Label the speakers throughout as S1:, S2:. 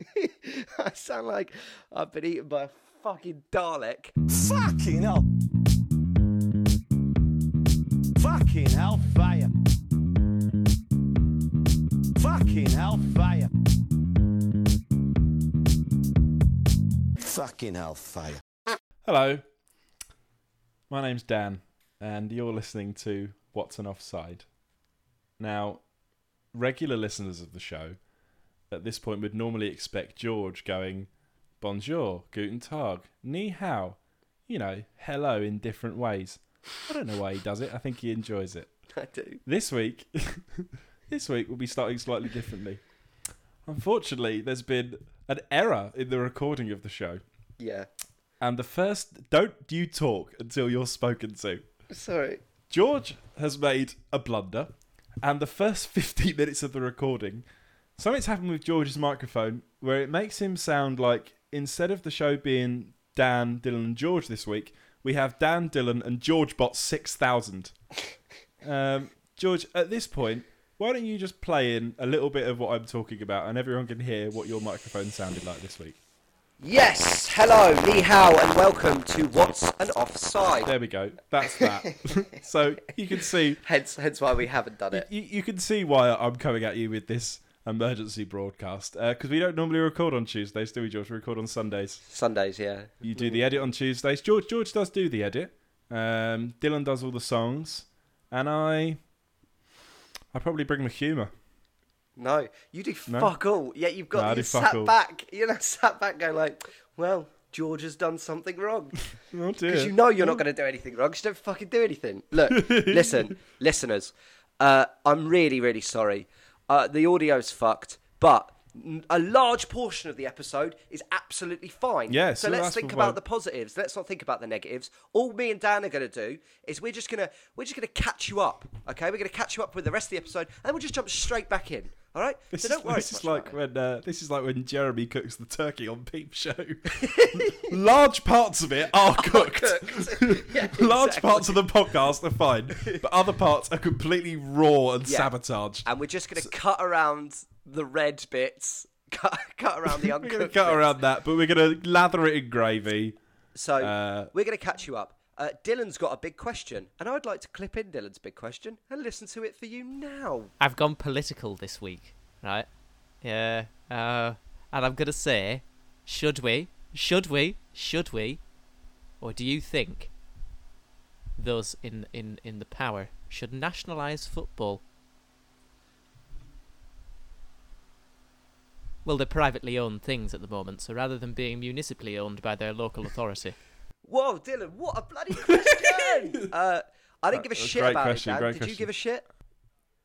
S1: I sound like I've been eaten by a fucking Dalek.
S2: Fucking hell. Fucking hellfire. Fucking hellfire. Fucking hellfire.
S3: Hello. My name's Dan, and you're listening to What's an Offside. Now, regular listeners of the show at this point would normally expect George going, Bonjour, Guten Tag, Ni Hao, you know, hello in different ways. I don't know why he does it, I think he enjoys it.
S1: I do.
S3: This week, this week we'll be starting slightly differently. Unfortunately, there's been an error in the recording of the show.
S1: Yeah.
S3: And the first, don't you talk until you're spoken to.
S1: Sorry.
S3: George has made a blunder, and the first 15 minutes of the recording, something's happened with George's microphone where it makes him sound like instead of the show being Dan, Dylan, and George this week, we have Dan, Dylan, and George Bot 6000. Um, George, at this point, why don't you just play in a little bit of what I'm talking about and everyone can hear what your microphone sounded like this week?
S1: Yes. Hello, Ni Hao, and welcome to What's an Offside.
S3: There we go. That's that. so you can see
S1: Hence, hence why we haven't done it.
S3: you, you can see why I'm coming at you with this emergency broadcast because we don't normally record on Tuesdays, do we, George? We record on Sundays.
S1: Sundays, yeah.
S3: You do the edit on Tuesdays. George George does do the edit. Um, Dylan does all the songs, and I I probably bring the humour.
S1: No, you do
S3: No?
S1: fuck all. Yeah, you've
S3: No, I
S1: got
S3: do
S1: you
S3: fuck
S1: sat
S3: all.
S1: back. You know, sat back, going like, well, George has done something wrong.
S3: Oh
S1: Because
S3: dear.
S1: you know you're not going to do anything wrong. 'cause you don't fucking do anything. Look, listen, listeners. Uh, I'm really, really sorry. Uh, the audio's fucked, but n- a large portion of the episode is absolutely fine.
S3: Yeah,
S1: So
S3: so
S1: let's
S3: that's
S1: think
S3: what
S1: about
S3: I-
S1: the positives. Let's not think about the negatives. All me and Dan are going to do is we're just going to we're just going to catch you up. Okay, we're going to catch you up with the rest of the episode, and then we'll just jump straight back in. All right.
S3: This
S1: so don't
S3: is,
S1: worry.
S3: this
S1: much
S3: is
S1: about
S3: like
S1: it.
S3: when uh, this is like when Jeremy cooks the turkey on Peep Show. Large parts of it are cooked.
S1: cooked. Yeah,
S3: Large
S1: exactly.
S3: parts of the podcast are fine, but other parts are completely raw and
S1: Yeah.
S3: sabotaged.
S1: and we're just going to cut around the red bits, cut, cut around the
S3: We're gonna
S1: uncooked.
S3: cut
S1: bits.
S3: around that, but we're gonna lather it in gravy.
S1: So
S3: uh,
S1: we're going to catch you up. Uh, Dylan's got a big question, and I'd like to clip in Dylan's big question and listen to it for you now.
S4: I've gone political this week, right? Yeah. Uh, and I'm gonna say, should we? Should we? Should we? Or do you think those in in in the power should nationalise football? Well, they're privately owned things at the moment, so rather than being municipally owned by their local authority.
S1: Whoa, Dylan, what a bloody question! uh, I didn't give a
S3: That's a
S1: shit
S3: great
S1: about
S3: question,
S1: it, Dan.
S3: great
S1: Did you
S3: question.
S1: give a shit?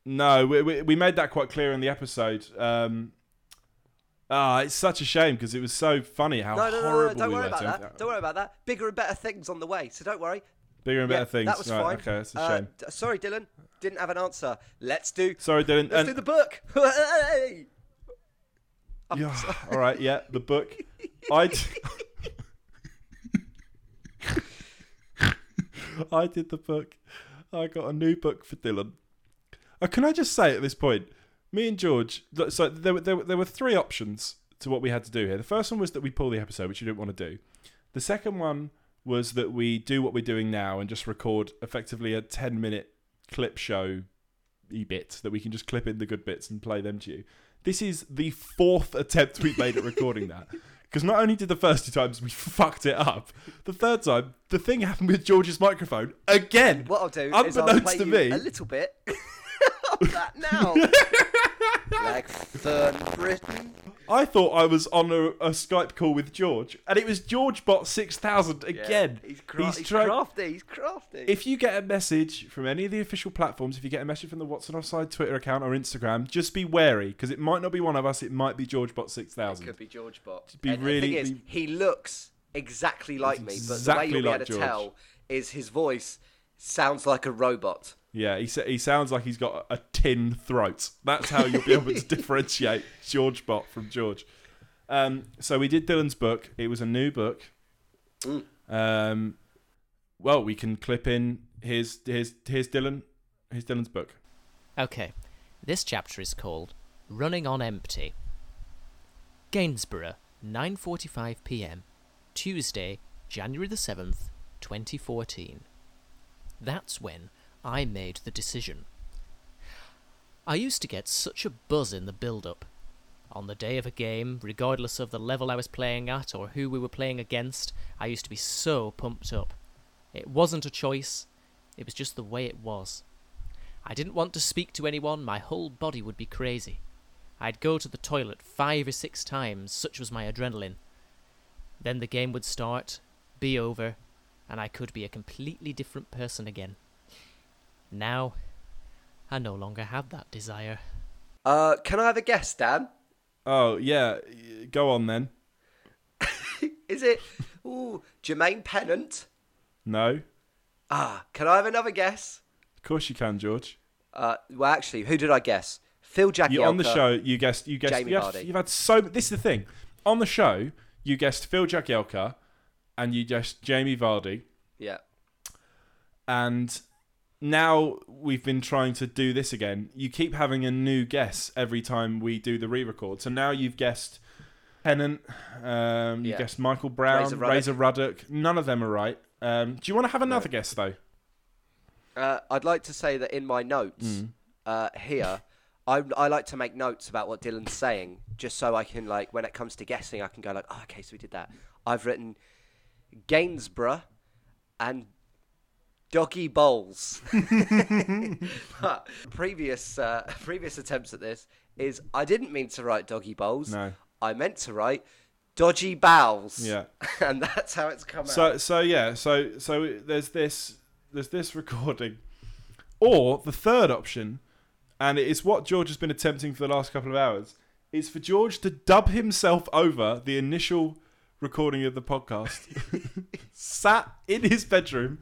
S3: No, we, we, we made that quite clear in the episode. Um, ah, it's such a shame because it was so funny how
S1: No, no, no, no,
S3: horrible
S1: don't
S3: we
S1: worry
S3: were.
S1: about
S3: to-
S1: that. Don't worry about that. Bigger and better things on the way, so don't worry.
S3: Bigger and
S1: Yeah,
S3: better things.
S1: That was
S3: right,
S1: fine.
S3: Okay, that's a
S1: Uh,
S3: shame.
S1: d- sorry, Dylan, didn't have an answer. Let's do.
S3: Sorry, Dylan.
S1: Let's
S3: and-
S1: do the book. Hey!
S3: Yeah, all right, yeah, the book. I d- I did the book. I got a new book for Dylan. Uh, can I just say at this point, me and George, th- so there, were- there, were- there were three options to what we had to do here. The first one was that we pull the episode, which you didn't want to do. The second one was that we do what we're doing now and just record effectively a 10 minute clip show e bit that we can just clip in the good bits and play them to you. This is the fourth attempt we've made at recording that. Because not only did the first two times we fucked it up, the third time the thing happened with George's microphone again.
S1: What I'll do is I'll
S3: Unbeknownst
S1: play
S3: to
S1: you
S3: me-
S1: a little bit of that now. like Fern Britain.
S3: I thought I was on a, a Skype call with George, and it was George Bot six thousand again.
S1: He's, cra- he's,
S3: trying-
S1: crafty. He's crafty.
S3: If you get a message from any of the official platforms, if you get a message from the Watson Offside Twitter account or Instagram, just be wary because it might not be one of us. It might be George Bot six thousand.
S1: could be George Bot.
S3: be
S1: and
S3: really-
S1: the thing is,
S3: be-
S1: he looks exactly like me, but the way
S3: exactly
S1: you'll be
S3: like
S1: able to
S3: George.
S1: tell is his voice sounds like a robot.
S3: Yeah, he sa- he sounds like he's got a tin throat. That's how you'll be able to differentiate George Bot from George. Um, so we did Dylan's book. It was a new book.
S1: Mm.
S3: Um, well, we can clip in. Here's here's here's Dylan. Here's Dylan's book.
S4: Okay, this chapter is called Running on Empty. Gainsborough 9:45 p.m. Tuesday, January the 7th, 2014. That's when I made the decision. I used to get such a buzz in the build-up. On the day of a game, regardless of the level I was playing at or who we were playing against, I used to be so pumped up. It wasn't a choice, it was just the way it was. I didn't want to speak to anyone, my whole body would be crazy. I'd go to the toilet five or six times, such was my adrenaline. Then the game would start, be over, and I could be a completely different person again. Now, I no longer have that desire.
S1: Uh, can I have a guess, Dan?
S3: Oh yeah, y- go on then.
S1: Is it ooh, Jermaine Pennant?
S3: No, of
S1: Ah, can I have another guess?
S3: course you can, George.
S1: Uh, well, actually, who did I guess? Phil Jagielka.
S3: You on the show? You guessed. You guessed.
S1: Jamie
S3: you have,
S1: Vardy.
S3: you've had so. This is the thing. On the show, you guessed Phil Jagielka, and you guessed Jamie Vardy,
S1: Yeah.
S3: and now we've been trying to do this again. You keep having a new guess every time we do the re-record. So now you've guessed Pennant. Um, you
S1: Yeah.
S3: guessed Michael Brown,
S1: Razor
S3: Razor
S1: Ruddock.
S3: Ruddock. None of them are right. Um, do you want to have another guess though?
S1: Uh, I'd like to say that in my notes
S3: Mm.
S1: uh, here, I, I like to make notes about what Dylan's saying, just so I can like when it comes to guessing, I can go like, oh, okay, so we did that. I've written Gainsborough and Doggy Bowls. But previous uh, previous attempts at this is I didn't mean to write Doggy Bowls.
S3: No.
S1: I meant to write Dodgy Bowels.
S3: Yeah.
S1: and that's how it's come out.
S3: So so yeah, so so there's this there's this recording. Or the third option, and it is what George has been attempting for the last couple of hours, is for George to dub himself over the initial recording of the podcast. sat in his bedroom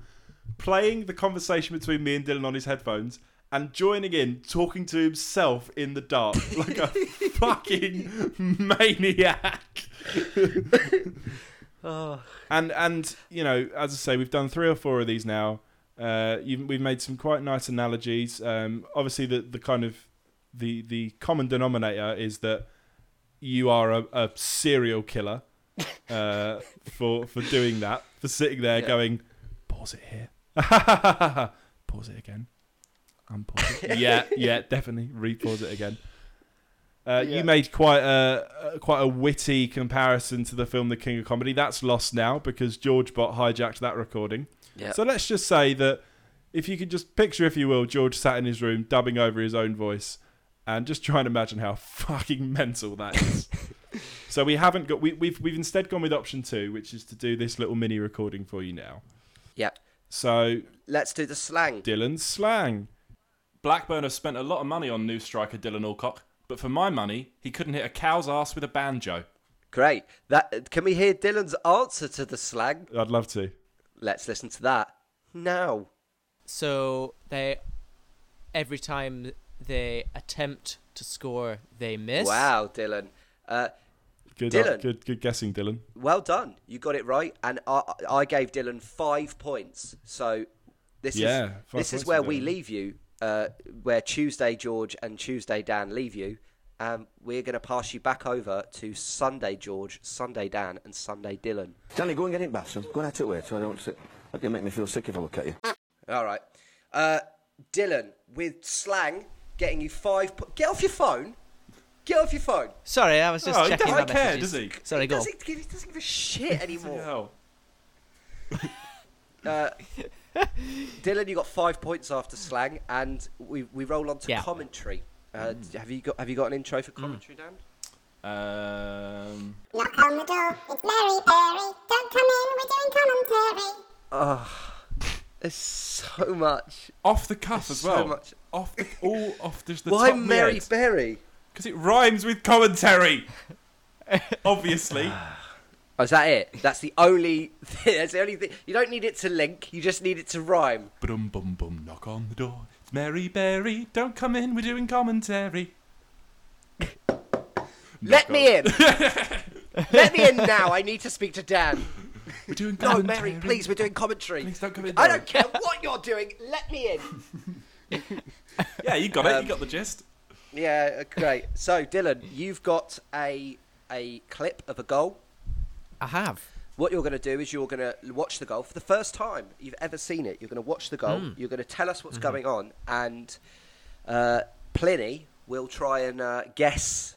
S3: playing the conversation between me and Dylan on his headphones and joining in talking to himself in the dark like a fucking maniac. And and you know, as I say, we've done three or four of these now. Uh, you, we've made some quite nice analogies. Um, obviously, the the kind of the the common denominator is that you are a, a serial killer uh, for for doing that, for sitting there going, pause it here, pause it again, unpause it. yeah, yeah, definitely repause it again. Uh,
S1: Yeah.
S3: You made quite a a- quite a witty comparison to the film The King of Comedy. That's lost now because George Bot hijacked that recording.
S1: Yeah.
S3: So let's just say that if you could just picture, if you will, George sat in his room dubbing over his own voice and just try and imagine how fucking mental that is. so we haven't got we, we've we've instead gone with option two, which is to do this little mini recording for you now.
S1: yeah.
S3: So
S1: Let's do the slang.
S3: Dylan's slang.
S5: Blackburn have spent a lot of money on new striker Dylan Alcock, but for my money, he couldn't hit a cow's ass with a banjo.
S1: Great. That can we hear Dylan's answer to the slang?
S3: I'd love to.
S1: Let's listen to that now.
S4: So they, every time they attempt to score, they miss.
S1: Wow, Dylan. Uh,
S3: Good,
S1: Dylan.
S3: good, good guessing, Dylan.
S1: well done. You got it right, and I, I gave Dylan five points. So this
S3: Yeah,
S1: is
S3: five
S1: this is
S3: points
S1: where
S3: for
S1: we
S3: Dylan.
S1: leave you. Uh, where Tuesday George and Tuesday Dan leave you. Um, we're going to pass you back over to Sunday George, Sunday Dan, and Sunday Dylan.
S6: Danny, go and get in the bathroom. Go and out it way so I don't sit. That can make me feel sick if I look at you.
S1: All right, uh, Dylan with slang, getting you five. Po- Get off your phone. Get off your phone.
S4: Sorry, I was just
S5: Oh, he
S4: checking my
S5: doesn't care,
S4: messages.
S5: does he?
S4: Sorry,
S1: he,
S4: go. on.
S1: doesn't, give- he doesn't give a shit anymore.
S5: Hell.
S1: Uh, Dylan, you got five points after slang, and we, we roll on to
S4: Yeah. Mm.
S1: commentary. Uh, d- Have you got Have you got an intro for commentary, Dan?
S5: Um,
S7: Knock on the door, it's Mary Berry. Don't come in, we're doing commentary.
S1: There's so much.
S5: off the cuff as
S1: So
S5: well.
S1: much-
S5: Off the, all off just the
S1: Why
S5: top
S1: Mary Berry?
S5: Because it rhymes with commentary. Obviously.
S1: Oh, is that it? That's the only. that's the only thing. You don't need it to link. You just need it to rhyme.
S5: Bum bum bum. Knock on the door. It's Mary Berry. Don't come in. We're doing commentary.
S1: Let me in. Let me in now. I need to speak to Dan.
S5: We're doing
S1: No,
S5: commentary.
S1: Mary, please. We're doing commentary.
S5: Please don't come in.
S1: I don't care what you're doing. Let me in. Um,
S5: Yeah, you got it. You got the gist.
S1: Yeah, uh, great. So, Dylan, you've got a a clip of a goal.
S4: I have.
S1: What you're going to do is you're going to watch the goal for the first time you've ever seen it. You're going to watch the
S5: Hmm.
S1: goal. You're going to tell us what's
S5: Mm-hmm.
S1: going on, and uh, Pliny will try and uh, guess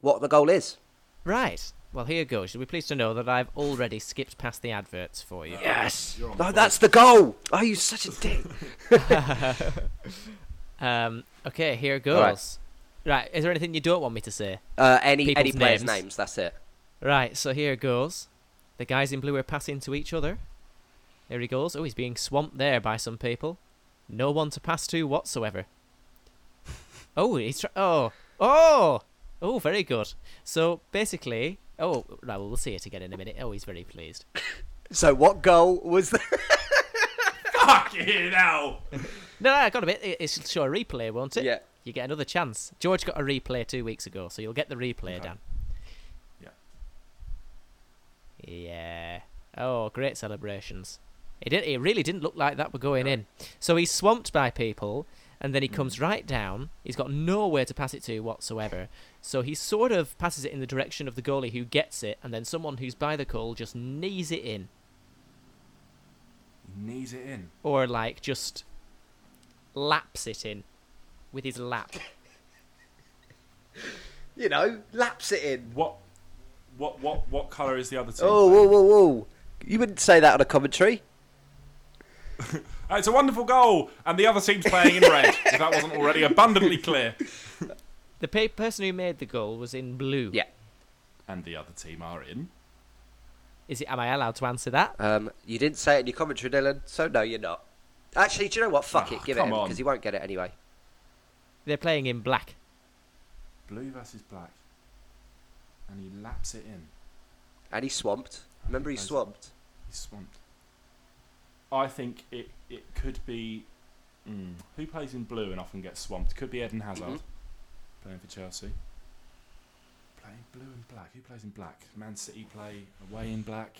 S1: what the goal is.
S4: Right. Well, here goes. You'll be pleased to know that I've already skipped past the adverts for you.
S1: Yes. No, that's the goal. Oh, you such a dick.
S4: Um. Okay. Here
S1: right.
S4: goes. Right. Is there anything you don't want me to say?
S1: Uh, any
S4: People's
S1: any players'
S4: names.
S1: names. That's it.
S4: Right. So here goes. The guys in blue are passing to each other. Here he goes. Oh, he's being swamped there by some people. No one to pass to whatsoever. Oh, he's tr- oh oh oh very good. So basically, oh right. Well, we'll see it again in a minute. Oh, he's very pleased.
S1: So, what goal was that?
S3: Fucking hell!
S4: No, no, I got a bit. It- It's show a replay, won't it?
S1: Yeah.
S4: You get another chance. George got a replay two weeks ago, so you'll get the replay, Dan.
S3: Yeah.
S4: Yeah. Oh, great celebrations. It did. It really didn't look like that were going in. So he's swamped by people, and then he comes right down. He's got nowhere to pass it to whatsoever. So he sort of passes it in the direction of the goalie who gets it, and then someone who's by the goal just knees it in.
S3: Knees it in.
S4: or like just laps it in with his lap.
S1: you know, laps it in.
S3: What? What? What? What colour is the other team?
S1: Oh, whoa, whoa, whoa! You wouldn't say that on a commentary.
S3: Uh, It's a wonderful goal, and the other team's playing in red. if that wasn't already abundantly clear.
S4: The pe- person who made the goal was in blue.
S1: Yeah.
S3: And the other team are in.
S4: Is it? Am I allowed to answer that?
S1: Um, you didn't say it in your commentary, Dylan. So no, you're not. Actually, do you know what? Fuck
S3: Ah,
S1: it. Give it
S3: come
S1: him
S3: on.
S1: because he won't get it anyway.
S4: They're playing in black.
S3: Blue versus black. And he laps it in.
S1: And he's swamped. Remember, he's
S3: Nice.
S1: swamped.
S3: He's swamped. I think it, it could be. Mm, who plays in blue and often gets swamped? Could be Eden Hazard. Playing for Chelsea. Playing blue and black. Who plays in black? Man City play away in black.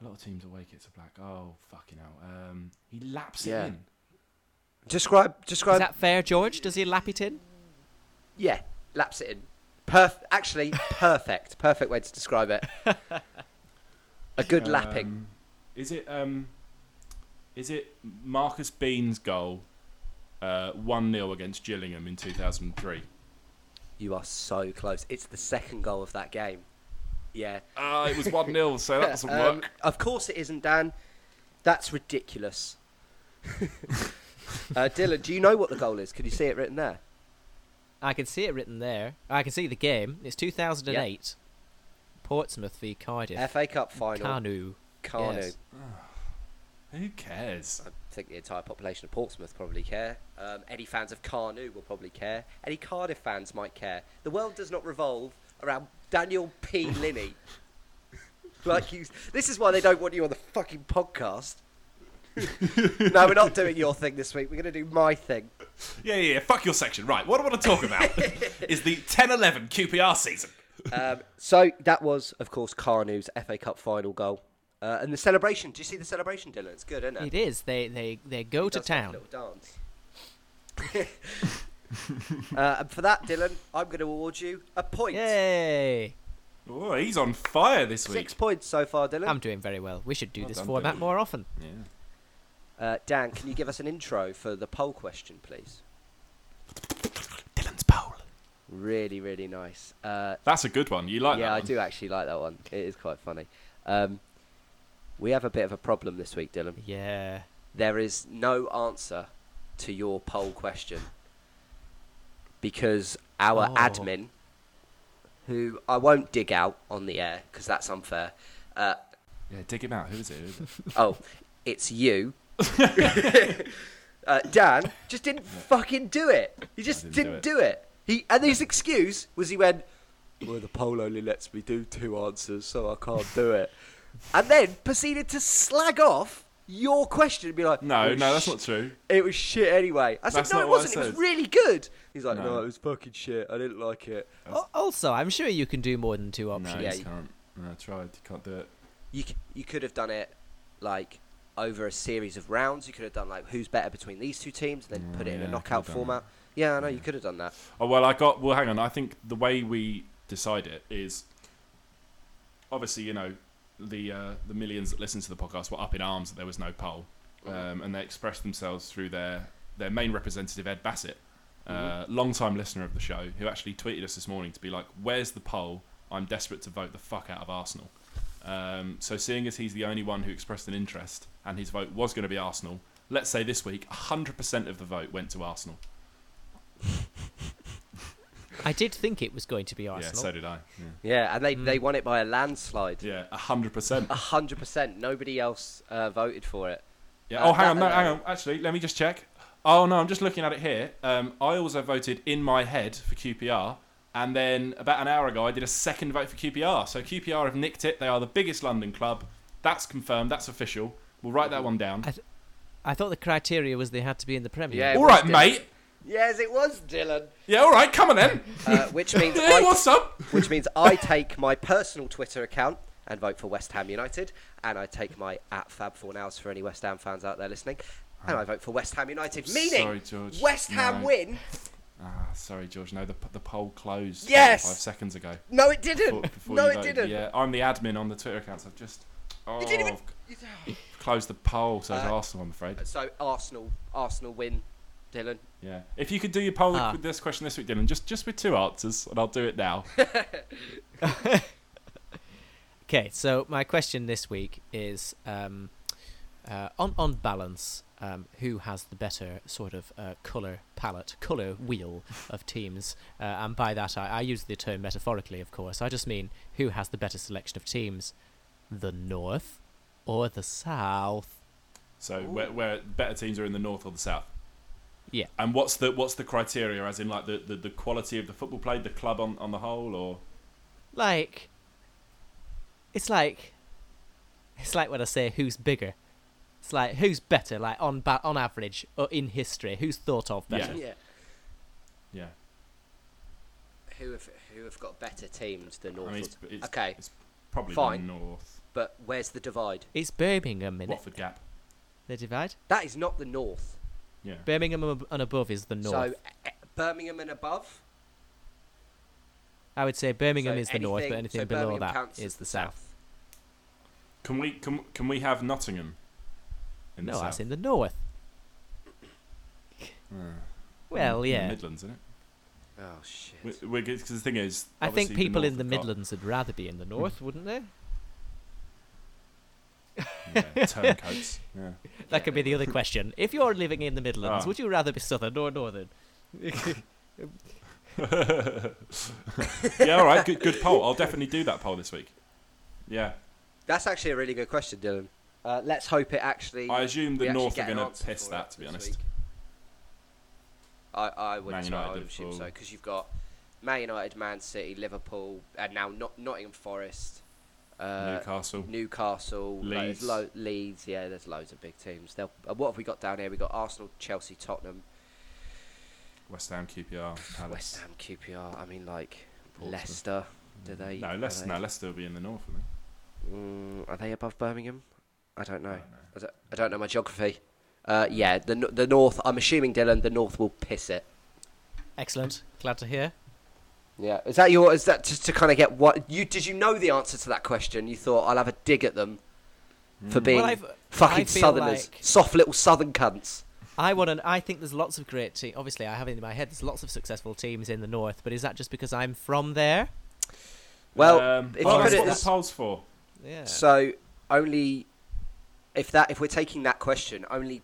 S3: A lot of teams away kits are black. Oh, fucking hell. Um, he laps
S1: Yeah.
S3: it in.
S1: Describe,
S4: Is
S1: describe.
S4: that fair, George? Does he lap it in?
S1: Yeah, laps it in. Perf- actually, perfect. Perfect way to describe it. A good lapping.
S3: Um, Is it um, is it Marcus Bean's goal, uh, one 0 against Gillingham in two thousand three?
S1: You are so close. It's the second goal of that game. Yeah.
S3: Uh, it was one 0 so that doesn't
S1: Um,
S3: work.
S1: of course it isn't, Dan. That's ridiculous. uh, Dylan, do you know what the goal is? Can you see it written there?
S4: I can see it written there. I can see the game. It's 2008. Portsmouth v Cardiff.
S1: FA Cup final.
S4: Carnu.
S1: Carnu.
S4: yes.
S3: Who cares?
S1: I think the entire population of Portsmouth probably care. Um, any fans of Carnu will probably care. Any Cardiff fans might care. The world does not revolve around Daniel P. Linney. like you, this is why they don't want you on the fucking podcast. no, we're not doing your thing this week. We're going to do my thing.
S3: Yeah, yeah, yeah. Fuck your section. Right, what I want to talk about is the 10-11 QPR season.
S1: Um, so that was, of course, Carnu's FA Cup final goal. Uh, and the celebration. Do you see the celebration, Dylan? It's good, isn't it?
S4: It is. They they they go to
S1: does like a
S4: town.
S1: little dance. uh, and for that, Dylan, I'm going to award you a point.
S4: Yay!
S3: Oh, he's on fire this week.
S1: Six points so far, Dylan.
S4: I'm doing very well. We should do
S3: Well
S4: this
S3: done,
S4: format
S3: Dylan.
S4: more often.
S3: Yeah.
S1: Uh, Dan, can you give us an intro for the poll question, please?
S3: Dylan's pole.
S1: Really, really nice. Uh,
S3: That's a good one. You like
S1: yeah,
S3: that
S1: I
S3: one?
S1: do actually like that one. It is quite funny. Um, we have a bit of a problem this week, Dylan.
S4: Yeah.
S1: There is no answer to your poll question because our
S4: Oh.
S1: admin, who I won't dig out on the air because that's unfair, uh,
S3: Yeah, dig him out. Who is it? Who is it?
S1: oh, it's you. uh, Dan just didn't fucking do it. He just
S3: I
S1: didn't, do, it. He and his excuse was he went, "Well, the poll only lets me do two answers, so I can't do it," and then proceeded to slag off your question and be like, "Oh,
S3: No,
S1: "It was
S3: no, that's
S1: shi-
S3: not true.
S1: It was shit anyway." I said,
S3: That's
S1: "No,
S3: not
S1: it
S3: what I
S1: wasn't. It was
S3: said."
S1: really good." He's like,
S3: No.
S1: no. it was fucking shit. I didn't like it."
S4: Al- Also, I'm sure you can do more than two
S3: No,
S4: options.
S1: Oh, Yeah,
S3: you
S1: you-
S3: can't. No, I tried. You can't do it.
S1: you c- you could have done it like over a series of rounds. You could have done like who's better between these two teams, and then put it in
S3: yeah, I
S1: a
S3: could
S1: knockout
S3: have done
S1: format. Yeah, I know you could have done that.
S3: Oh well, I got. Well, hang on. I think the way we decide it is obviously, you know, the uh, the millions that listen to the podcast were up in arms that there was no poll, um, and they expressed themselves through their their main representative Ed Bassett, uh, long time listener of the show, who actually tweeted us this morning to be like, "Where's the poll? I'm desperate to vote the fuck out of Arsenal." Um, so seeing as he's the only one who expressed an interest and his vote was going to be Arsenal, let's say this week 100% of the vote went to Arsenal.
S4: I did think it was going to be Arsenal.
S3: Yeah, so did I.
S1: Yeah, and they, they won it by a landslide.
S3: Mm. Yeah, yeah 100%.
S1: A hundred percent. Nobody else uh, voted for it.
S3: Yeah.
S1: Uh,
S3: Oh, hang
S1: that-
S3: on. No,
S1: uh,
S3: hang on. Actually, let me just check. Oh no, I'm just looking at it here. Um, I also voted in my head for QPR, and then about an hour ago, I did a second vote for QPR. So QPR have nicked it. They are the biggest London club. That's confirmed. That's official. We'll write that one down.
S4: I th- I thought the criteria was they had to be in the Premier.
S1: Yeah.
S4: League.
S3: all right,
S1: was
S3: mate.
S1: Yes, it was Dylan.
S3: Yeah, all right. Come on then.
S1: Uh, which means
S3: Yeah,
S1: I,
S3: what's up?
S1: which means I take my personal Twitter account and vote for West Ham United, and I take my at Fab Four Nows for any West Ham fans out there listening, and I vote for West Ham United. Meaning,
S3: sorry, George.
S1: West Ham
S3: No.
S1: win.
S3: Ah, sorry, George. No, the the poll closed.
S1: Yes!
S3: Five seconds ago.
S1: No, it
S3: Before,
S1: didn't.
S3: before
S1: no,
S3: you
S1: it
S3: voted.
S1: didn't.
S3: Yeah, I'm the admin on the Twitter accounts. I've just. Oh,
S1: didn't even-
S3: I've closed the poll, so it's
S1: Uh,
S3: Arsenal, I'm afraid.
S1: So Arsenal, Arsenal win. Dylan,
S3: Yeah. If you could do your poll
S4: Ah.
S3: with this question this week, Dylan, just just with two answers, and I'll do it now.
S4: Okay, so my question this week is um, uh, on on balance, um, who has the better sort of uh, color palette, color wheel of teams? Uh, and by that, I, I use the term metaphorically, of course. I just mean who has the better selection of teams, the North or the South?
S3: So where, where better teams are in the north or the south.
S4: Yeah.
S3: And what's the what's the criteria? As in like the, the, the quality of the football played, the club on, on the whole, or
S4: Like, it's like, it's like when I say who's bigger. It's like who's better, like on ba- on average or in history, who's thought of better.
S3: Yeah.
S1: yeah.
S3: yeah.
S1: Who have who have got better teams than
S3: I
S1: North?
S3: mean, it's, it's,
S1: okay,
S3: It's probably
S1: Fine.
S3: the north.
S1: but where's the divide?
S4: It's Birmingham, is
S3: Watford Gap.
S4: The divide.
S1: That is not the North.
S3: Yeah.
S4: Birmingham ab- and above is the north.
S1: So eh, Birmingham and above.
S4: I would say Birmingham
S1: so
S4: is the north, but anything
S1: so
S4: below
S1: Birmingham
S4: that
S1: counts as
S4: is the south.
S3: Can we can, can we have Nottingham? In the
S4: No,
S3: south? Hmm.
S4: that's in the north. Well,
S3: In the
S4: yeah.
S3: Midlands, isn't
S1: Oh shit.
S3: it? We Because the thing is,
S4: I think
S3: obviously
S4: people
S3: North
S4: in the
S3: have got-
S4: Midlands would rather be in the north, wouldn't they?
S3: yeah, turncoats. yeah.
S4: That could be the other question. If you're living in the Midlands,
S3: Ah.
S4: would you rather be southern or northern?
S3: yeah, all right. Good, good poll. I'll definitely do that poll this week. Yeah,
S1: That's actually a really good question, Dylan. Uh, let's hope it actually.
S3: I assume
S1: we
S3: the
S1: actually
S3: North
S1: get
S3: are
S1: an
S3: going to
S1: answer
S3: piss
S1: for
S3: that.
S1: it
S3: To be
S1: this
S3: honest,
S1: week. I, I would.
S3: Man
S1: as well, I
S3: United,
S1: would assume so
S3: Liverpool.
S1: because you've got Man United, Man City, Liverpool, and now not Nottingham Forest, uh,
S3: Newcastle.
S1: Newcastle, like, there's
S3: Leeds.
S1: lo- Leeds. Yeah, there's loads of big teams. They'll, uh, what have we got down here? We got Arsenal, Chelsea, Tottenham,
S3: West Ham, QPR, Palace.
S1: West Ham, QPR. I mean, like
S3: Portsmouth.
S1: Leicester. Do they?
S3: No, Leicester.
S1: are they,
S3: No, Leicester will be in the north. I think.
S1: Mm, are they above Birmingham? I don't know. I don't, I don't know my geography. Uh, yeah, the n- the North. I'm assuming Dylan, the North will piss it.
S4: Excellent. Glad to hear.
S1: Yeah, is that your? Is that just to kind of get what you? Did you know the answer to that question? You thought I'll have a dig at them for being
S4: I've- I
S1: fucking
S4: feel
S1: Southerners,
S4: like-
S1: soft little Southern cunts.
S4: I want to. I think there's lots of great teams. Obviously, I have in my head there's lots of successful teams in the north, but is that just because I'm from there?
S1: Well,
S3: Um,
S1: if
S3: oh,
S1: you put
S3: that's
S1: it
S3: what
S1: this,
S3: the polls for.
S4: Yeah.
S1: so only if that if we're taking that question, only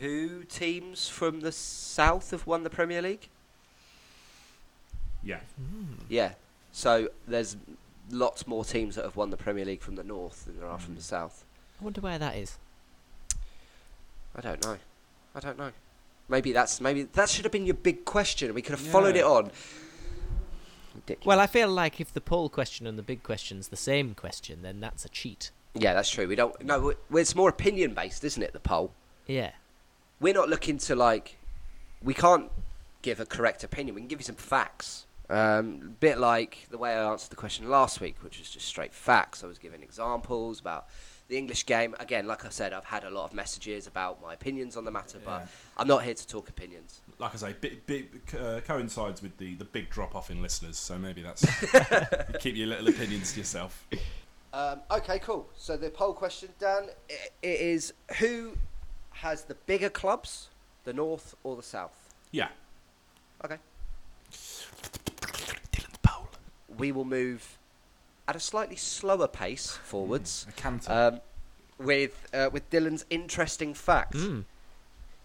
S1: two teams from the South have won the Premier League.
S3: Yeah,
S1: Yeah. So there's lots more teams that have won the Premier League from the north than there are from the south.
S4: I wonder where that is.
S1: I don't know. I don't know. Maybe that's maybe that should have been your big question. and We could have followed it
S3: Yeah.
S1: on. Ridiculous.
S4: Well, I feel like if the poll question and the big question's the same question, then that's a cheat.
S1: yeah, that's true. We don't. No, we- well, it's more opinion based, isn't it? The poll.
S4: Yeah.
S1: We're not looking to like. We can't give a correct opinion. We can give you some facts. Um, bit like the way I answered the question last week, which was just straight facts. I was giving examples about the English game. Again, like I said, I've had a lot of messages about my opinions on the matter, but I'm not here to talk opinions.
S3: like I say, bit, bit, uh, coincides with the, the big drop off in listeners. So maybe that's keep your little opinions to yourself.
S1: Um, okay, cool. So the poll question, Dan, i- it is who has the bigger clubs, the North or the South?
S3: Yeah.
S1: Okay.
S3: Dylan the Pole.
S1: We will move at a slightly slower pace forwards
S4: Mm,
S3: A canter.
S1: um, with uh, with Dylan's interesting fact.
S4: Mm.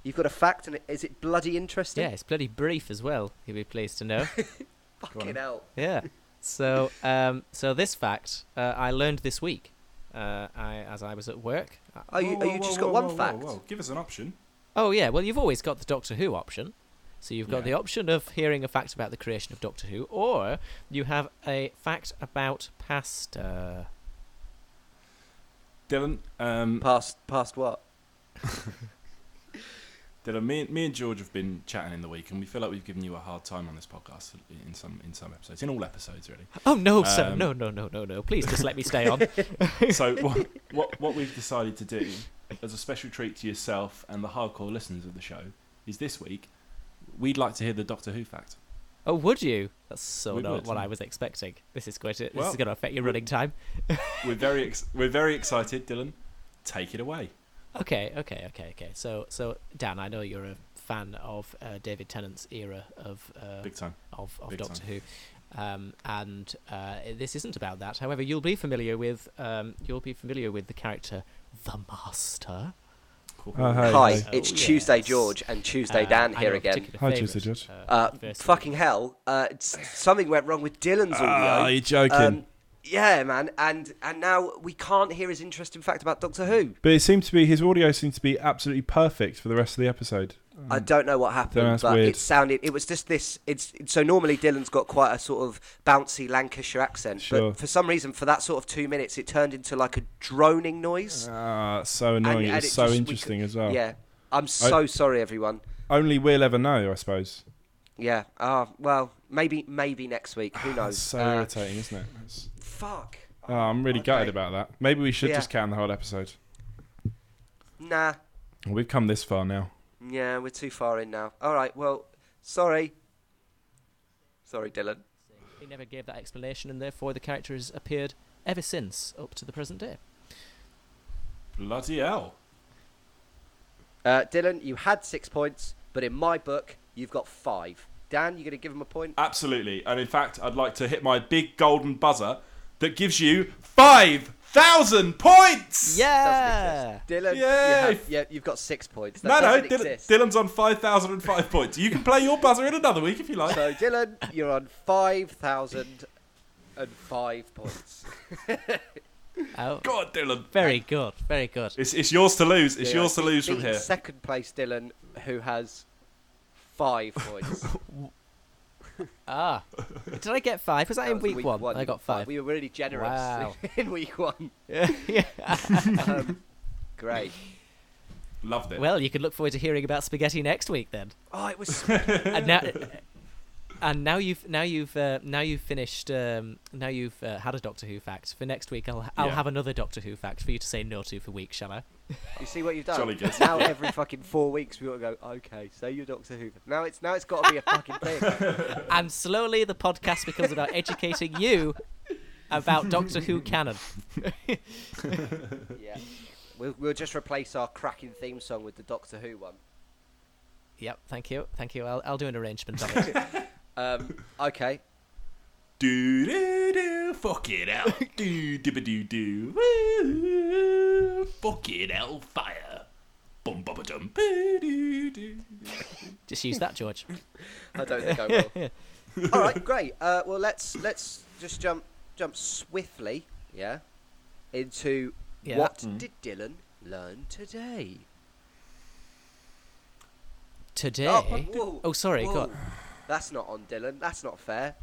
S1: You've got a fact, and it- is it bloody interesting?
S4: Yeah, it's bloody brief as well. You'll be pleased to know.
S1: Fucking hell.
S4: yeah. So, um, so this fact uh, I learned this week, uh, I, as I was at work. uh, I-
S1: Oh, you,
S3: Whoa,
S1: oh, you
S3: whoa,
S1: just got
S3: whoa, whoa,
S1: one
S3: whoa,
S1: fact.
S3: whoa. Give us an option.
S4: Oh yeah, well you've always got the Doctor Who option. So you've got
S3: Yeah.
S4: the option of hearing a fact about the creation of Doctor Who, or you have a fact about pasta.
S3: Dylan, um,
S1: Past past what?
S3: Dylan, me, and- me and George have been chatting in the week, and we feel like we've given you a hard time on this podcast in some in some episodes, in all episodes, really.
S4: Oh no, sir,
S3: Um,
S4: no, no, no, no, no! Please just let me stay on.
S3: so what, what what we've decided to do as a special treat to yourself and the hardcore listeners of the show is this week we'd like to hear the Doctor Who fact.
S4: oh, would you? That's so
S3: We
S4: not
S3: would,
S4: what I
S3: yeah.
S4: was expecting. This is going to this
S3: Well,
S4: is going to affect your running time.
S3: We're very ex- we're very excited, Dylan. Take it away.
S4: Okay, okay, okay, okay. So, so Dan, I know you're a fan of uh, David Tennant's era of uh,
S3: Big time. Oh,
S4: of, of
S3: Big
S4: Doctor Who. Um, and uh, this isn't about that. However, you'll be familiar with um, you'll be familiar with the character the Master.
S8: Oh, hey.
S1: Hi,
S8: hey.
S1: it's
S4: Oh,
S1: Tuesday,
S4: yes.
S1: George, and Tuesday,
S4: Uh,
S1: Dan
S4: I
S1: here
S4: know a
S1: again.
S4: particular
S8: Hi,
S4: favourite,
S8: Tuesday, Judge.
S1: Uh,
S4: verse of
S1: fucking hell! Uh, it's- something went wrong with Dylan's audio.
S8: Ah, you're joking.
S1: Um, yeah, man, and and now we can't hear his interesting fact about Doctor Who.
S8: but it seemed to be his audio seemed to be absolutely perfect for the rest of the episode.
S1: I don't know what
S8: Hmm. Don't
S1: happened,
S8: ask
S1: but
S8: weird.
S1: it sounded. It was just this. It's so normally Dylan's got quite a sort of bouncy Lancashire accent,
S8: Sure.
S1: but for some reason, for that sort of two minutes, it turned into like a droning noise.
S8: Ah, it's so annoying.
S1: and
S8: it was
S1: it
S8: so
S1: just- we
S8: interesting as well.
S1: Yeah, I'm so sorry, everyone.
S8: Only we'll ever know, I suppose.
S1: Yeah. Ah, well, maybe maybe next week. Who knows?
S8: That's so
S1: Uh,
S8: irritating, isn't it? That's-
S1: fuck.
S8: Oh, I'm really
S1: Okay.
S8: gutted about that. Maybe we should
S1: Yeah.
S8: just count the whole episode.
S1: Nah.
S8: We've come this far now.
S1: Yeah, we're too far in now. All right. Well, sorry. Sorry, Dylan.
S4: He never gave that explanation, and therefore the character has appeared ever since up to the present day.
S3: Bloody hell.
S1: Uh, Dylan, you had six points, but in my book, you've got five. Dan, you gonna give him a point?
S3: Absolutely. And in fact, I'd like to hit my big golden buzzer that gives you 5,000 points!
S4: Yeah.
S1: Doesn't exist. Dylan,
S3: Yay!
S1: You have, yeah, you've got six points. That
S3: No, no,
S1: doesn't
S3: Dylan,
S1: exist.
S3: Dylan's on 5,005 points. You can play your buzzer in another week if you like.
S1: So, Dylan, you're on 5,005 points.
S4: Oh,
S3: God, Dylan.
S4: very good, very good.
S3: It's, it's yours to lose. It's
S1: Yeah,
S3: yours to lose from
S1: beating
S3: here.
S1: Second place, Dylan, who has five points.
S4: Ah, did I get five? Was that,
S1: That
S4: in
S1: was
S4: week, one?
S1: you
S4: I got five.
S1: We were really generous
S4: Wow.
S1: in week one.
S4: yeah.
S1: Um, great.
S3: Loved it.
S4: Well, you can look forward to hearing about spaghetti next week then.
S1: Oh, it was
S4: and now, and now you've now you've uh, now you've finished. Um, now you've uh, had a Doctor Who fact for next week. I'll I'll
S3: Yeah.
S4: have another Doctor Who fact for you to say no to for week, shall I?
S1: You see what you've done?
S3: Jolly good.
S1: Now every fucking four weeks we ought to go. Okay, say you're Doctor Who. Now it's now it's got to be a fucking thing.
S4: And slowly the podcast becomes about educating you about Doctor Who canon.
S1: yeah, we'll we'll just replace our cracking theme song with the Doctor Who one.
S4: Yep, thank you, thank you. I'll I'll do an arrangement of it.
S1: Um, okay,
S3: Do do do, fuck it out. do dibba do do, woo, fuck it out, fire. Bum bum dum, boo do do.
S4: Just use that, George.
S1: I don't think I will. All right, great. Uh, well, let's let's just jump jump swiftly. Yeah, into
S4: Yeah.
S1: what
S3: Hmm.
S1: did Dylan learn today?
S4: Today.
S1: Oh, whoa,
S4: Oh, sorry, go on.
S1: whoa. That's not on Dylan. That's not fair.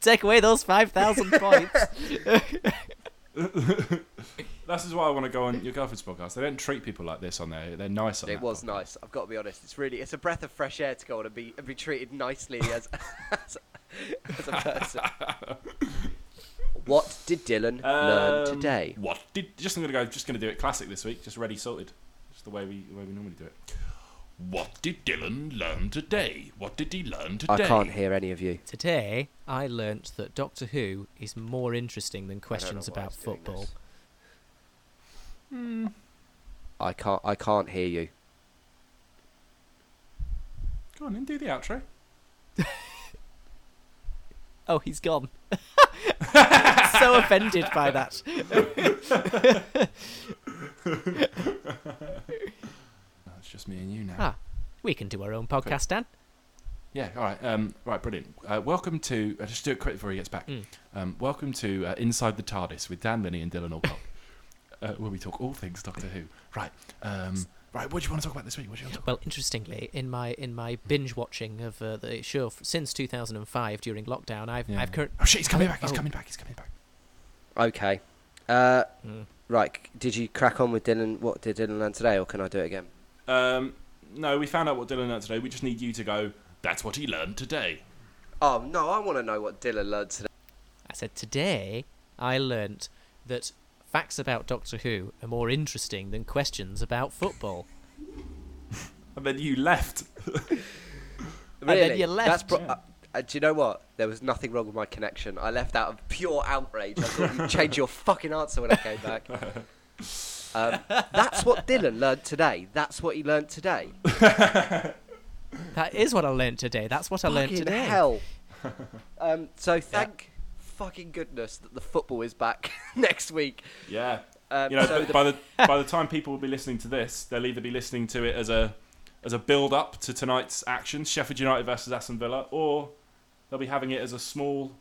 S4: Take away those five thousand points.
S3: This is why I want to go on your girlfriend's podcast. They don't treat people like this on there. They're nice on
S1: It
S3: that
S1: was
S3: podcast.
S1: nice. I've got to be honest. It's really it's a breath of fresh air to go on and be and be treated nicely as as, as a person. what did Dylan learn
S3: Um,
S1: today?
S3: What did? Just I'm gonna go. Just gonna do it classic this week. Just ready sorted. Just the way we the way we normally do it. What did Dylan learn today? What did he learn today?
S1: I can't hear any of you.
S4: Today, I learnt that Doctor Who is more interesting than questions
S1: why I
S4: about
S1: was doing
S4: football.
S1: this. Hmm. I can't. I can't hear you.
S3: Go on and do the outro.
S4: Oh, he's gone. so offended by that.
S3: No, it's just me and you now.
S4: Ah, we can do our own podcast, Dan.
S3: Yeah, all right. Um, right, brilliant. Uh, welcome to. I'll just do it quick before he gets back. Um, welcome to uh, Inside the TARDIS with Dan Linney and Dylan Allcock, uh, where we talk all things Doctor Who. Right. Um, right, what do you want to talk about this week? What do you want to talk
S4: Well, interestingly, in my in my binge watching of uh, the show f- since 2005 during lockdown, I've
S3: Yeah.
S4: I've current
S3: Oh, shit, he's coming back. He's
S4: Oh.
S3: coming back. He's coming back.
S1: Okay. Uh,
S4: Hmm.
S1: Right. c- Did you crack on with Dylan? What did Dylan learn today, or can I do it again?
S3: Um, no, we found out what Dylan learned today. We just need you to go, that's what he learned today.
S1: Oh no, I want to know what Dylan learned today.
S4: I said today I learnt that facts about Doctor Who are more interesting than questions about football.
S3: And then you left.
S4: And then you
S1: That's
S4: left.
S1: pro- uh, uh, do you know what? There was nothing wrong with my connection. I left out of pure outrage. I thought you'd change your fucking answer when I came back. Um, that's what Dylan learned today. That's what he learned today.
S4: That is what I learnt today. That's what I learnt
S1: Fucking
S4: today.
S1: hell. Um, so thank fucking goodness that the football is back next week.
S3: Yeah.
S1: Um,
S3: you know,
S1: so
S3: but by the by the time people will be listening to this, they'll either be listening to it as a as a build up to tonight's action, Sheffield United versus Aston Villa, or they'll be having it as a small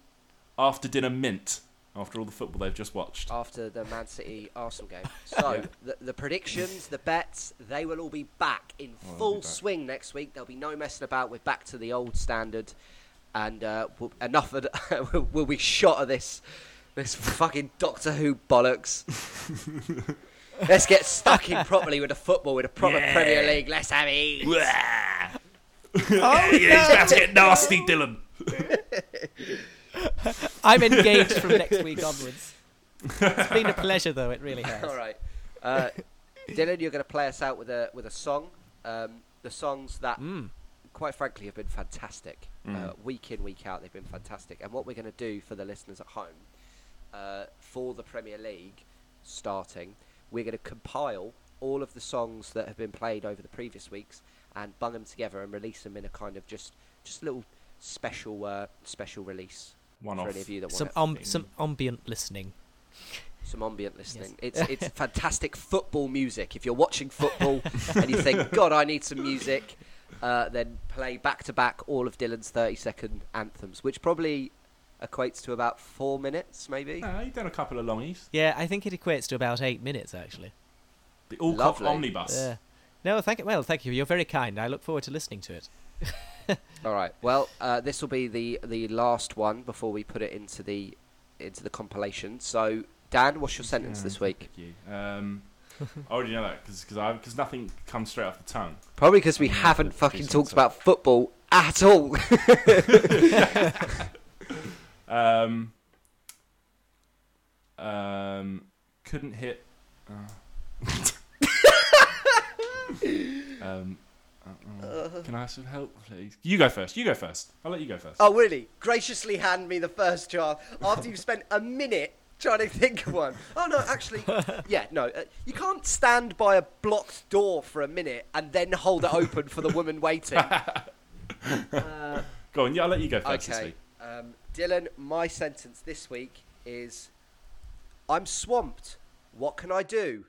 S3: after dinner mint after all the football they've just watched.
S1: after the Man City Arsenal game. So the, the predictions, the bets, they will all be back in full
S3: back.
S1: swing next week. There'll be no messing about. We're back to the old standard, and uh, we'll, enough of the, we'll be shot of this this fucking Doctor Who bollocks. Let's get stuck in properly with the football, with a proper Premier League. Let's have it. Oh,
S3: yeah, he's about to get nasty, Dylan.
S4: I'm engaged from next week onwards. It's been a pleasure, though. It really has.
S1: All right, uh, Dylan, you're going to play us out with a with a song. Um, the songs that, quite frankly, have been fantastic uh, week in week out. They've been fantastic. And what we're going to do for the listeners at home, uh, for the Premier League starting, we're going to compile all of the songs that have been played over the previous weeks and bung them together and release them in a kind of just just little special uh, special release
S3: One
S1: for
S3: off.
S1: any of you that want
S4: Some
S1: it
S4: um, some ambient listening.
S1: some ambient listening. It's it's fantastic football music. If you're watching football and you think, God, I need some music, uh, then play back to back all of Dylan's 30 second anthems, which probably equates to about four minutes, maybe.
S3: Nah, you've done a couple of longies.
S4: Yeah, I think it equates to about eight minutes actually.
S3: The all cop
S1: Lovely.
S3: omnibus.
S4: Yeah. No, thank you. Well, thank you. You're very kind. I look forward to listening to it.
S1: All right. Well, uh, this will be the the last one before we put it into the into the compilation. So, Dan, what's your sentence this week?
S3: Thank you. Um, I already know that because nothing comes straight off the tongue.
S1: Probably because we
S3: Yeah,
S1: haven't
S3: that's
S1: fucking
S3: decent,
S1: talked
S3: so-
S1: about football at all.
S3: Um, um, couldn't hit. Uh. um, uh, uh, can I have some help, please? You go first. You go first. I'll let you go first.
S1: Oh, really? Graciously hand me the first jar after you've spent a minute trying to think of one. Oh, no, actually, yeah, no. Uh, you can't stand by a blocked door for a minute and then hold it open for the woman waiting.
S3: Go on. Yeah, I'll let you go first this
S1: okay.
S3: week.
S1: Um, Dylan, my sentence this week is I'm swamped. What can I do?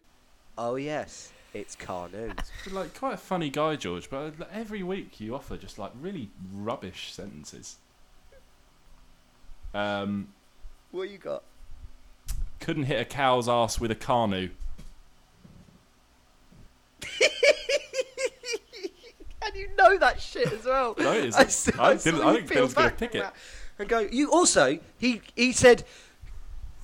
S1: Oh, yes, it's Carnoon.
S3: You're, like quite a funny guy, George. But uh, like, every week you offer just like really rubbish sentences. Um,
S1: What you got?
S3: couldn't hit a cow's ass with a carnu.
S1: And you know that shit as well.
S3: No, it isn't.
S1: I, see,
S3: I
S1: I,
S3: didn't-
S1: saw
S3: I
S1: you
S3: think
S1: peel
S3: Bill's gonna
S1: back
S3: pick
S1: from
S3: it.
S1: that And go. You also. He he said,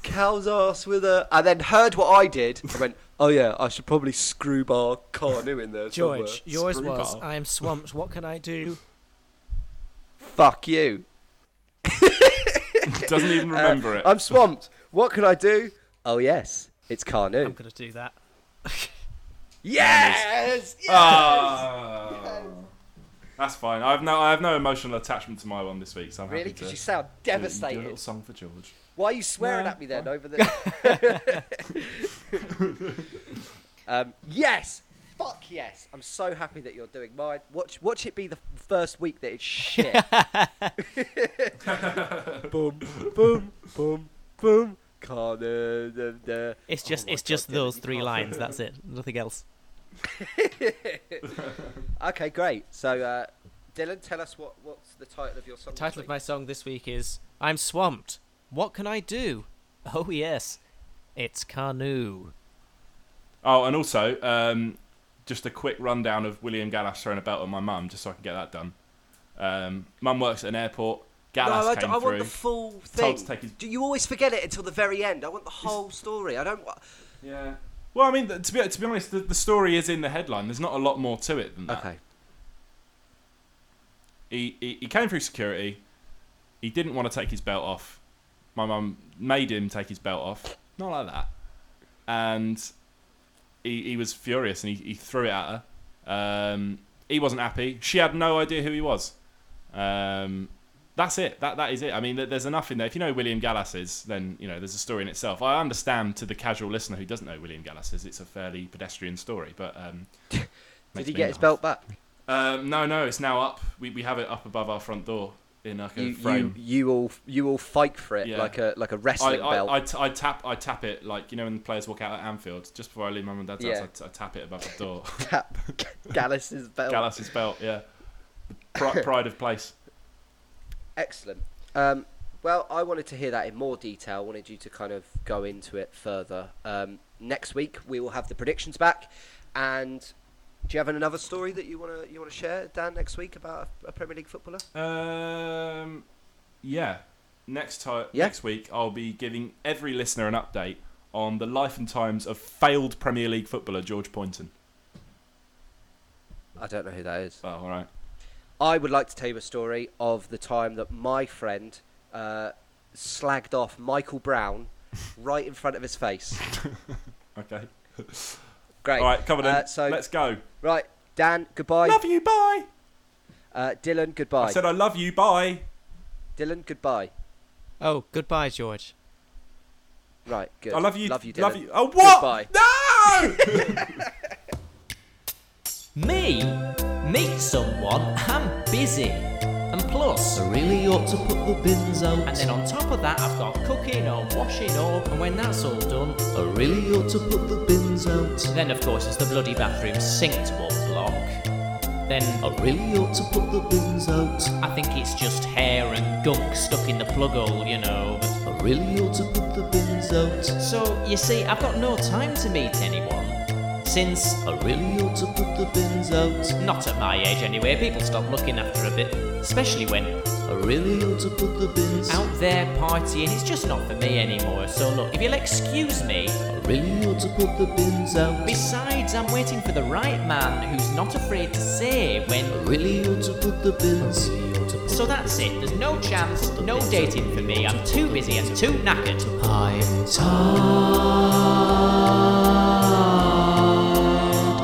S1: "Cow's ass with a," and then heard what I did. I went, "Oh yeah, I should probably screw bar Carnu in there." somewhere."
S4: George, yours
S3: Screw
S4: was
S3: bar.
S4: I am swamped. What can I do?
S1: fuck you.
S3: Doesn't even remember it.
S1: Uh, I'm swamped. What can I do? Oh yes, it's Carnu.
S4: I'm going to do that.
S1: Yes! yes!
S3: Ah. That's fine. I have no I have no emotional attachment to my one this week, so I'm
S1: really?
S3: happy to
S1: Because you sound
S3: do- Do a
S1: devastated.
S3: little song for George.
S1: Why are you swearing
S3: No,
S1: at me then over the? um, yes, fuck yes! I'm so happy that you're doing mine. Watch, watch it be the first week that it's shit.
S8: boom, boom, boom, boom.
S1: Can't, uh, da- da.
S4: It's
S1: Oh
S4: just
S1: my
S4: it's
S1: God,
S4: just
S1: Dylan,
S4: those
S1: you
S4: three
S1: can't-
S4: lines. That's it. Nothing else.
S1: Okay, great. So, uh, Dylan, tell us what what's the title of your song?
S4: The title of my song this week is "I'm Swamped." What can I do? Oh yes, it's Canoe.
S3: Oh, and also, um, just a quick rundown of William Gallas throwing a belt at my mum, just so I can get that done. Um, mum works at an airport.
S1: No,
S3: Gallas
S1: I,
S3: came
S1: I
S3: through.
S1: want the full
S3: Told
S1: thing.
S3: to take his-
S1: Do you always forget it until the very end? I want the whole story. I don't. wa-
S3: Yeah. Well, I mean, th- to be to be honest, the, the story is in the headline. There's not a lot more to it than that.
S1: Okay.
S3: He, he he came through security. He didn't want to take his belt off. My mum made him take his belt off. Not like that. And he he was furious and he, he threw it at her. Um, he wasn't happy. She had no idea who he was. Um, that's it. That that is it. I mean, there- there's enough in there. If you know who William Gallas is, then you know there's a story in itself. I understand to the casual listener who doesn't know who William Gallas is, it's a fairly pedestrian story. But um,
S1: Did
S3: makes
S1: he
S3: me
S1: get his
S3: laugh.
S1: belt back?
S3: Um, no, no, it's now up. We, we have it up above our front door in like a
S1: You, you
S3: frame.
S1: you all you all fight for it
S3: Yeah.
S1: like a like a
S3: I,
S1: wrestling belt.
S3: I, I, t- I tap I tap it like you know when the players walk out at Anfield just before I leave mum and dad's
S1: Yeah.
S3: house I, t- I tap it above the door.
S1: tap Gallus's belt.
S3: Gallas's belt, yeah, Pri- pride of place.
S1: Excellent. Um, well, I wanted to hear that in more detail. I wanted you to kind of go into it further. Um, next week we will have the predictions back. And do you have another story that you want to you want to share, Dan, next week about a, a Premier League footballer?
S3: Um, yeah. Next time,
S1: Yeah.
S3: next week, I'll be giving every listener an update on the life and times of failed Premier League footballer George Poynton.
S1: I don't know who that is.
S3: Oh, all right.
S1: I would like to tell you a story of the time that my friend uh, slagged off Michael Brown right in front of his face.
S3: Okay.
S1: Great.
S3: All right, come on then.
S1: Uh, so
S3: Let's go.
S1: right, Dan, goodbye.
S3: Love you. Bye.
S1: Uh, Dylan,
S3: I
S1: goodbye.
S3: said I love you. Bye.
S1: Dylan, goodbye.
S4: Oh, goodbye, George.
S1: Right, good.
S3: I love you.
S1: Love you, Dylan.
S3: Love you. Oh, what?
S1: Goodbye.
S3: No.
S4: Me? Meet someone? I'm busy. And plus, I really ought to put the bins out. And then on top of that, I've got cooking or washing up. And when that's all done, I really ought to put the bins out. Then, of course, it's the bloody bathroom sink to one block. Then, I really ought to put the bins out. I think it's just hair and gunk stuck in the plug hole, you know. I really ought to put the bins out. So, you see, I've got no time to meet anyone. Since I really ought to put the bins out. Not at my age anyway, people stop looking after a bit. Especially when I really ought to put the bins out there partying, it's just not for me anymore. So look, if you'll excuse me, I really ought to put the bins out. Besides, I'm waiting for the right man who's not afraid to say when I really ought to put the bins. So that's it, there's no chance, no dating for me. I'm too busy and too knackered. I'm tired.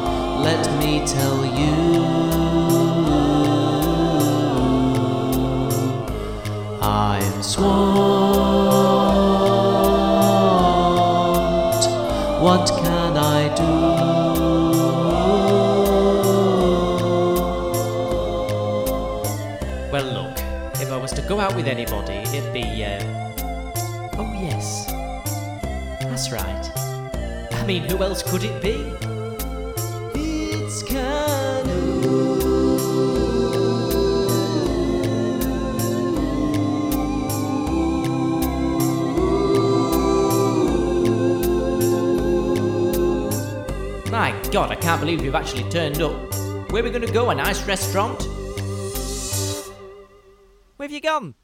S4: Let me tell you. I'm swamped. What can I do? Well, look, if I was to go out with anybody, it'd be, uh. Oh, yes. That's right. I mean, who else could it be? It's Canoe. My god, I can't believe you've actually turned up. Where are we going to go? A nice restaurant? Where have you gone?